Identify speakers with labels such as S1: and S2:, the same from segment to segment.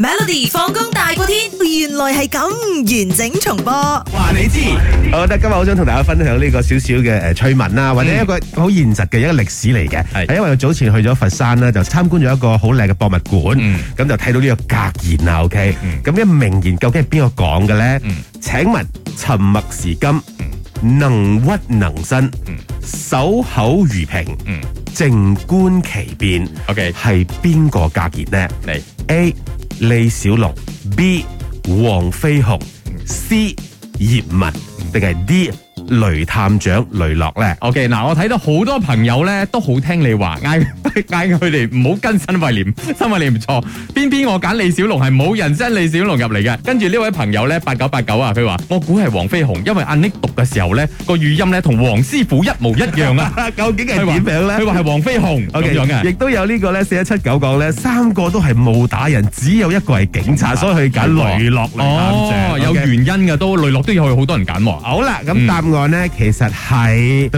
S1: Melody 放工大過天，原來係咁完整重播。
S2: 話你知，
S3: 我覺得今日好想同大家分享呢個少少嘅誒趣聞啦，或者一個好現實嘅一個歷史嚟嘅。
S2: 係
S3: 係因為我早前去咗佛山啦，就參觀咗一個好靚嘅博物館，
S2: 嗯
S3: 咁、就睇到呢個格言啦。OK，咁呢、名言究竟係邊個講嘅咧？
S2: 嗯
S3: 請問沉默是金，能屈能伸，
S2: 嗯
S3: 守口如瓶，靜觀其變。
S2: OK
S3: 係邊個格言呢？
S2: 嚟
S3: A 李小龍，B 黃飛鴻，C 葉問，定係 D 雷探長雷洛咧？
S2: OK 嗱，我睇到好多朋友咧都好聽你話， 嗌嗌佢哋唔好跟新慧廉， 新慧廉唔錯。偏偏我揀李小龍係冇人 send 李小龍入嚟嘅。跟住呢位朋友咧八九八九啊，佢話我估係黃飛鴻，因為阿 Nick 讀嘅時候咧個語音咧同黃師傅一模一樣 啊。
S3: 究竟
S2: 佢話
S3: 係點樣
S2: 佢
S3: 咧
S2: 話係黃飛鴻咁樣
S3: ？OK，亦
S2: 嘅。
S3: 都有呢個咧，四一七九講咧，三個都係冇打人，只有一個係警察，所以佢揀雷洛雷探
S2: 啊哦
S3: 長。，
S2: 有
S3: OK
S2: 原因嘅都，雷洛都有好多人揀喎。
S3: 好啦，
S2: 嗯
S3: 咁答案咧其實係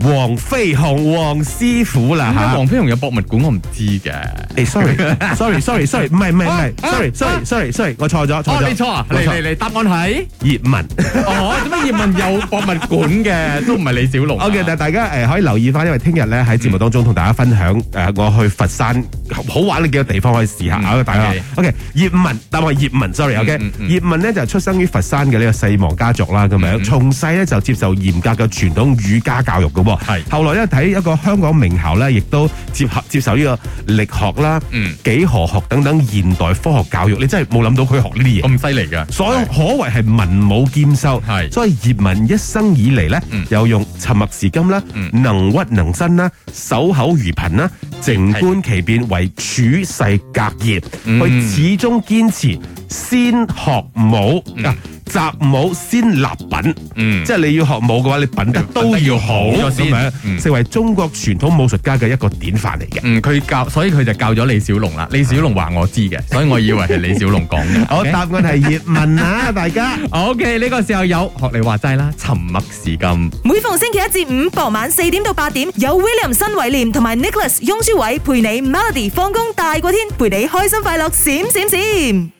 S3: 黃飛鴻黃師傅啦
S2: 點解
S3: 嚇。
S2: 黃飛鴻有博物館我唔知嘅。
S3: 誒，sorry，sorry，sorry，sorry，唔係唔係唔係
S2: 啊啊啊
S3: ，sorry，sorry，sorry，sorry，我錯咗，錯
S2: 哦，
S3: 咗，
S2: 你錯啊！
S3: 我
S2: 嚟
S3: 錯
S2: 嚟嚟，答案係。
S3: 葉問。
S2: 哦，做乜葉問有博物館嘅，都唔係李小龍啊。
S3: OK，但係大家誒可以留意翻，因為聽日咧喺節目當中同大家分享誒我去佛山好玩嘅幾個地方可以試下啊！
S2: 嗯嗯
S3: 大家
S2: OK
S3: OK，葉問，但係葉問，sorry，OK，
S2: 嗯嗯
S3: 葉問咧就出生於佛山嘅呢個世望家族啦，咁
S2: 嗯嗯
S3: 樣從細咧就接受嚴格嘅傳統儒家教育嘅喎。
S2: 係
S3: 後來咧睇一個香港名校咧，亦都接合接受呢個力學啦、
S2: 嗯
S3: 幾何學等等現代科學教育，你真係冇諗到佢學呢啲嘢。
S2: 咁犀利嘅，
S3: 所以可謂係文武兼修，
S2: 係
S3: 所以葉問一生以嚟咧
S2: 嗯，
S3: 又用沉默是金啦，
S2: 嗯
S3: 能屈能伸啦，守口如瓶啦，靜觀其變為處世格言，
S2: 嗯
S3: 佢始終堅持先學武啊，習武先立品。
S2: 嗯，
S3: 即係你要學武嘅話，你品德都要好
S2: 品德要好咗
S3: 咁
S2: 先嗯
S3: 樣，成為中國傳統武術家嘅一個典範嚟嘅。
S2: 嗯，佢教，所以佢就教咗李小龍啦。李小龍話我知 嘅，所以我以為係李小龍講嘅。
S3: 好，答案係葉問啊，大家。
S2: O K，呢個時候有學你話齋啦，沉默是金。
S1: 每逢星期一至五傍晚四點到八點，有 William 新偉廉同埋 Nicholas 雍舒偉陪你 Melody 放工大過天，陪你開心快樂閃閃閃。